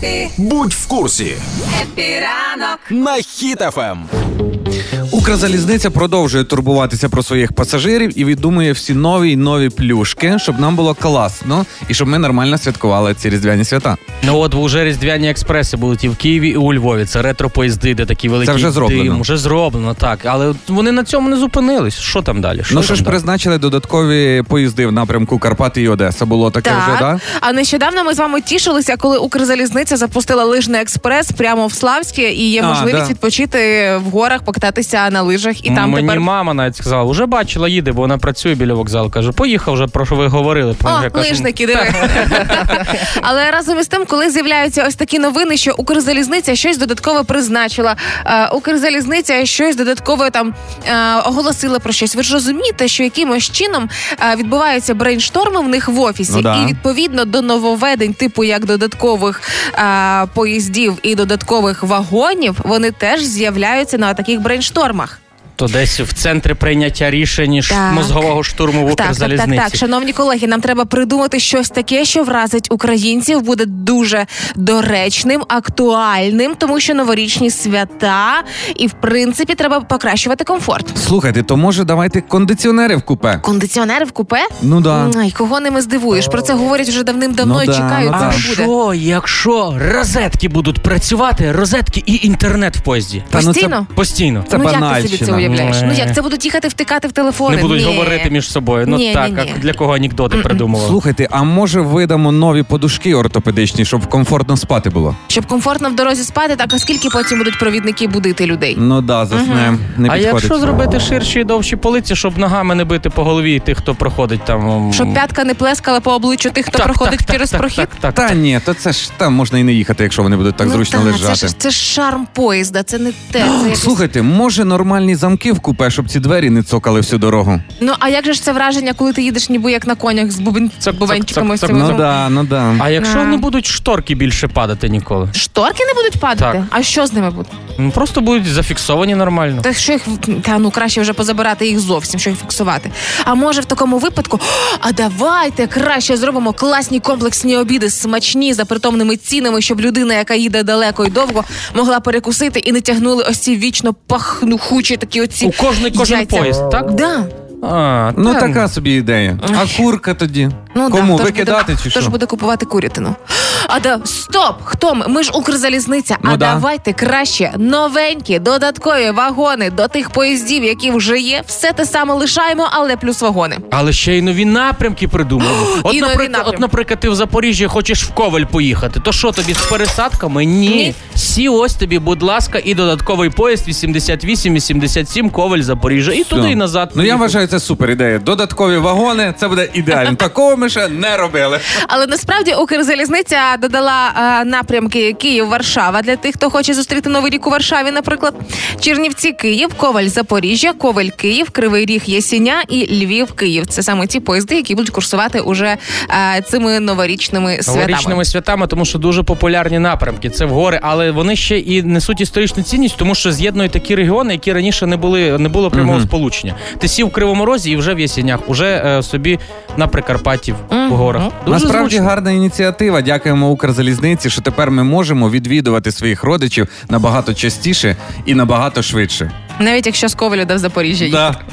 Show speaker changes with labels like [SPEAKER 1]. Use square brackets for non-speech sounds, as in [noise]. [SPEAKER 1] Епі,
[SPEAKER 2] Будь в курсі
[SPEAKER 1] епі ранок.
[SPEAKER 2] на Ем. хітафем.
[SPEAKER 3] Укрзалізниця продовжує турбуватися про своїх пасажирів і віддумує всі нові й нові плюшки, щоб нам було класно і щоб ми нормально святкували ці різдвяні свята.
[SPEAKER 4] Ну от вже різдвяні експреси будуть і в Києві, і у Львові. Це ретропоїзди, де такі великі
[SPEAKER 3] Це вже зроблено.
[SPEAKER 4] дим. Вже зроблено, так. Але вони на цьому не зупинились. Що там далі?
[SPEAKER 3] ну що
[SPEAKER 4] там
[SPEAKER 3] ж,
[SPEAKER 4] далі?
[SPEAKER 3] призначили додаткові поїзди в напрямку Карпати і Одеса. Було таке вже, да?
[SPEAKER 5] а нещодавно ми з вами тішилися, коли Укрзалізниця запустила лижний експрес прямо в Славське, і є
[SPEAKER 3] А,
[SPEAKER 5] можливість
[SPEAKER 3] да.
[SPEAKER 5] відпочити в горах, покататися на лижах, і там
[SPEAKER 4] Мені
[SPEAKER 5] тепер
[SPEAKER 4] мама навіть сказала, вже бачила, їде, бо вона працює біля вокзалу. Каже, поїхав вже, про що ви говорили. Я
[SPEAKER 5] О,
[SPEAKER 4] кажу,
[SPEAKER 5] лижники,
[SPEAKER 3] [laughs]
[SPEAKER 5] диви. Але разом із тим, коли з'являються ось такі новини, що Укрзалізниця щось додаткове призначила, е, Укрзалізниця щось додаткове там е, оголосила про щось. Ви ж розумієте, що якимось чином е, відбуваються брейншторми в них в офісі,
[SPEAKER 3] Ну да.
[SPEAKER 5] і відповідно до нововведень, типу як додаткових е, поїздів і додаткових вагонів, вони теж з'являються на таких брейнштормах.
[SPEAKER 4] То десь в центрі прийняття рішень ш-
[SPEAKER 5] Так.
[SPEAKER 4] мозгового штурму в
[SPEAKER 5] Так, так,
[SPEAKER 4] Укрзалізниці.
[SPEAKER 5] так, так, шановні колеги, нам треба придумати щось таке, що вразить українців, буде дуже доречним, актуальним, тому що новорічні свята, і в принципі треба покращувати комфорт.
[SPEAKER 3] Слухайте, то може давайте кондиціонери в купе?
[SPEAKER 5] Кондиціонери в купе?
[SPEAKER 3] Ну да.
[SPEAKER 5] Ай, кого ними здивуєш? Про це говорять вже давним-давно
[SPEAKER 3] Ну
[SPEAKER 5] і
[SPEAKER 3] да,
[SPEAKER 5] чекають,
[SPEAKER 3] ну
[SPEAKER 4] А
[SPEAKER 3] Так.
[SPEAKER 5] коли буде.
[SPEAKER 4] що, якщо розетки будуть працювати, розетки і інтернет в поїзді?
[SPEAKER 3] Та ну це-
[SPEAKER 5] Постійно?
[SPEAKER 4] Постійно.
[SPEAKER 3] Це
[SPEAKER 5] ну як ти собі це
[SPEAKER 3] банальщина.
[SPEAKER 5] уявляєш? Ну
[SPEAKER 4] Ні.
[SPEAKER 5] як це будуть їхати втикати в телефони?
[SPEAKER 4] Не
[SPEAKER 5] Ні.
[SPEAKER 4] будуть говорити між собою. Ну
[SPEAKER 5] Ні,
[SPEAKER 4] так,
[SPEAKER 5] ні, ні.
[SPEAKER 4] а для кого анекдоти придумували?
[SPEAKER 3] Слухайте, а може видамо нові подушки ортопедичні, щоб комфортно спати було?
[SPEAKER 5] щоб комфортно в дорозі спати, так оскільки потім будуть провідники будити людей.
[SPEAKER 3] Ну да, засне не
[SPEAKER 4] а
[SPEAKER 3] підходить.
[SPEAKER 4] якщо зробити ширші і довші полиці, щоб ногами не бити по голові тих, хто проходить там. м,
[SPEAKER 5] Щоб п'ятка не плескала по обличчю тих, хто
[SPEAKER 4] так,
[SPEAKER 5] проходить
[SPEAKER 4] так, так,
[SPEAKER 5] через
[SPEAKER 4] так,
[SPEAKER 5] прохід.
[SPEAKER 4] Так, так,
[SPEAKER 3] Та ні, то це ж там можна і не їхати, якщо вони будуть так зручно
[SPEAKER 5] Ну, та,
[SPEAKER 3] лежати.
[SPEAKER 5] Це ж, це ж шарм поїзда, це не те. Це якось...
[SPEAKER 3] Слухайте, може нормальні замки в купе, щоб ці двері не цокали всю дорогу.
[SPEAKER 5] Ну а як же ж це враження, коли ти їдеш ніби як на конях з бубен...
[SPEAKER 4] Цок,
[SPEAKER 5] бубенчиками?
[SPEAKER 4] цок, цок,
[SPEAKER 5] ось цього?
[SPEAKER 3] Ну да, ну да.
[SPEAKER 4] А якщо
[SPEAKER 5] Да.
[SPEAKER 4] не будуть шторки більше падати ніколи?
[SPEAKER 5] Шторки не будуть падати?
[SPEAKER 4] Так.
[SPEAKER 5] А що з ними буде?
[SPEAKER 4] Ну просто будуть зафіксовані нормально.
[SPEAKER 5] Та що їх в- та ну краще вже позабирати їх зовсім, що їх фіксувати. А може в такому випадку, «О, а давайте краще зробимо класні комплексні обіди, смачні за притомними цінами, щоб людина, яка їде далеко і довго, могла перекусити і не тягнули ось ці вічно пахнухучі такі оці
[SPEAKER 4] У кожний кожен
[SPEAKER 5] яйця.
[SPEAKER 4] поїзд, так?
[SPEAKER 5] Да.
[SPEAKER 4] А,
[SPEAKER 3] Ну
[SPEAKER 4] та-
[SPEAKER 3] така собі ідея. А курка тоді?
[SPEAKER 5] Ну,
[SPEAKER 3] Кому
[SPEAKER 5] да, хто ж
[SPEAKER 3] викидати
[SPEAKER 5] буде,
[SPEAKER 3] чи
[SPEAKER 5] хто ж
[SPEAKER 3] що?
[SPEAKER 5] буде купувати курятину? А да, стоп! Хто ми? Ми ж Укрзалізниця.
[SPEAKER 3] Ну
[SPEAKER 5] а
[SPEAKER 3] да.
[SPEAKER 5] давайте краще новенькі додаткові вагони до тих поїздів, які вже є. Все те саме лишаємо, але плюс вагони.
[SPEAKER 4] Але ще й нові
[SPEAKER 5] [gasps]
[SPEAKER 4] напрямки придумали. От,
[SPEAKER 5] І нові
[SPEAKER 4] наприклад,
[SPEAKER 5] напрямки.
[SPEAKER 4] от, наприклад, ти в Запоріжжі хочеш в Коваль поїхати. То що тобі з пересадками? Ні.
[SPEAKER 5] Ні.
[SPEAKER 4] Сі ось тобі, будь ласка, і додатковий поїзд 88, 87, Коваль, Запоріжжя. І
[SPEAKER 3] Все.
[SPEAKER 4] туди, і назад.
[SPEAKER 3] Ну я
[SPEAKER 4] Поїхав.
[SPEAKER 3] вважаю, це супер ідея. Додаткові вагони, це буде
[SPEAKER 5] [laughs]
[SPEAKER 3] ідеально. Такого ми ще не робили.
[SPEAKER 5] Але насправді Укрзалізниця додала е, напрямки Київ-Варшава для тих, хто хоче зустріти новий рік у Варшаві, наприклад. Чернівці Київ, Коваль Запоріжжя, Коваль Київ, Кривий Ріг Ясіня і Львів Київ. Це саме ті поїзди, які будуть курсувати уже е, цими новорічними святами.
[SPEAKER 4] Новорічними святами, тому що дуже популярні напрямки. Це в гори, але вони ще і несуть історичну цінність, тому що з'єднують такі регіони, які раніше не були не було прямого
[SPEAKER 3] Мгм.
[SPEAKER 4] сполучення. Ти сів в Кривому Розі і вже в Ясінях, уже е, собі на Прикарпатті в
[SPEAKER 5] Мгм.
[SPEAKER 4] горах. Дуже
[SPEAKER 3] Насправді
[SPEAKER 4] зручно.
[SPEAKER 3] гарна ініціатива. Дякуємо Укрзалізниці, що тепер ми можемо відвідувати своїх родичів набагато частіше і набагато швидше.
[SPEAKER 5] Навіть якщо з Коваля до Запоріжжя їхати.
[SPEAKER 3] Да.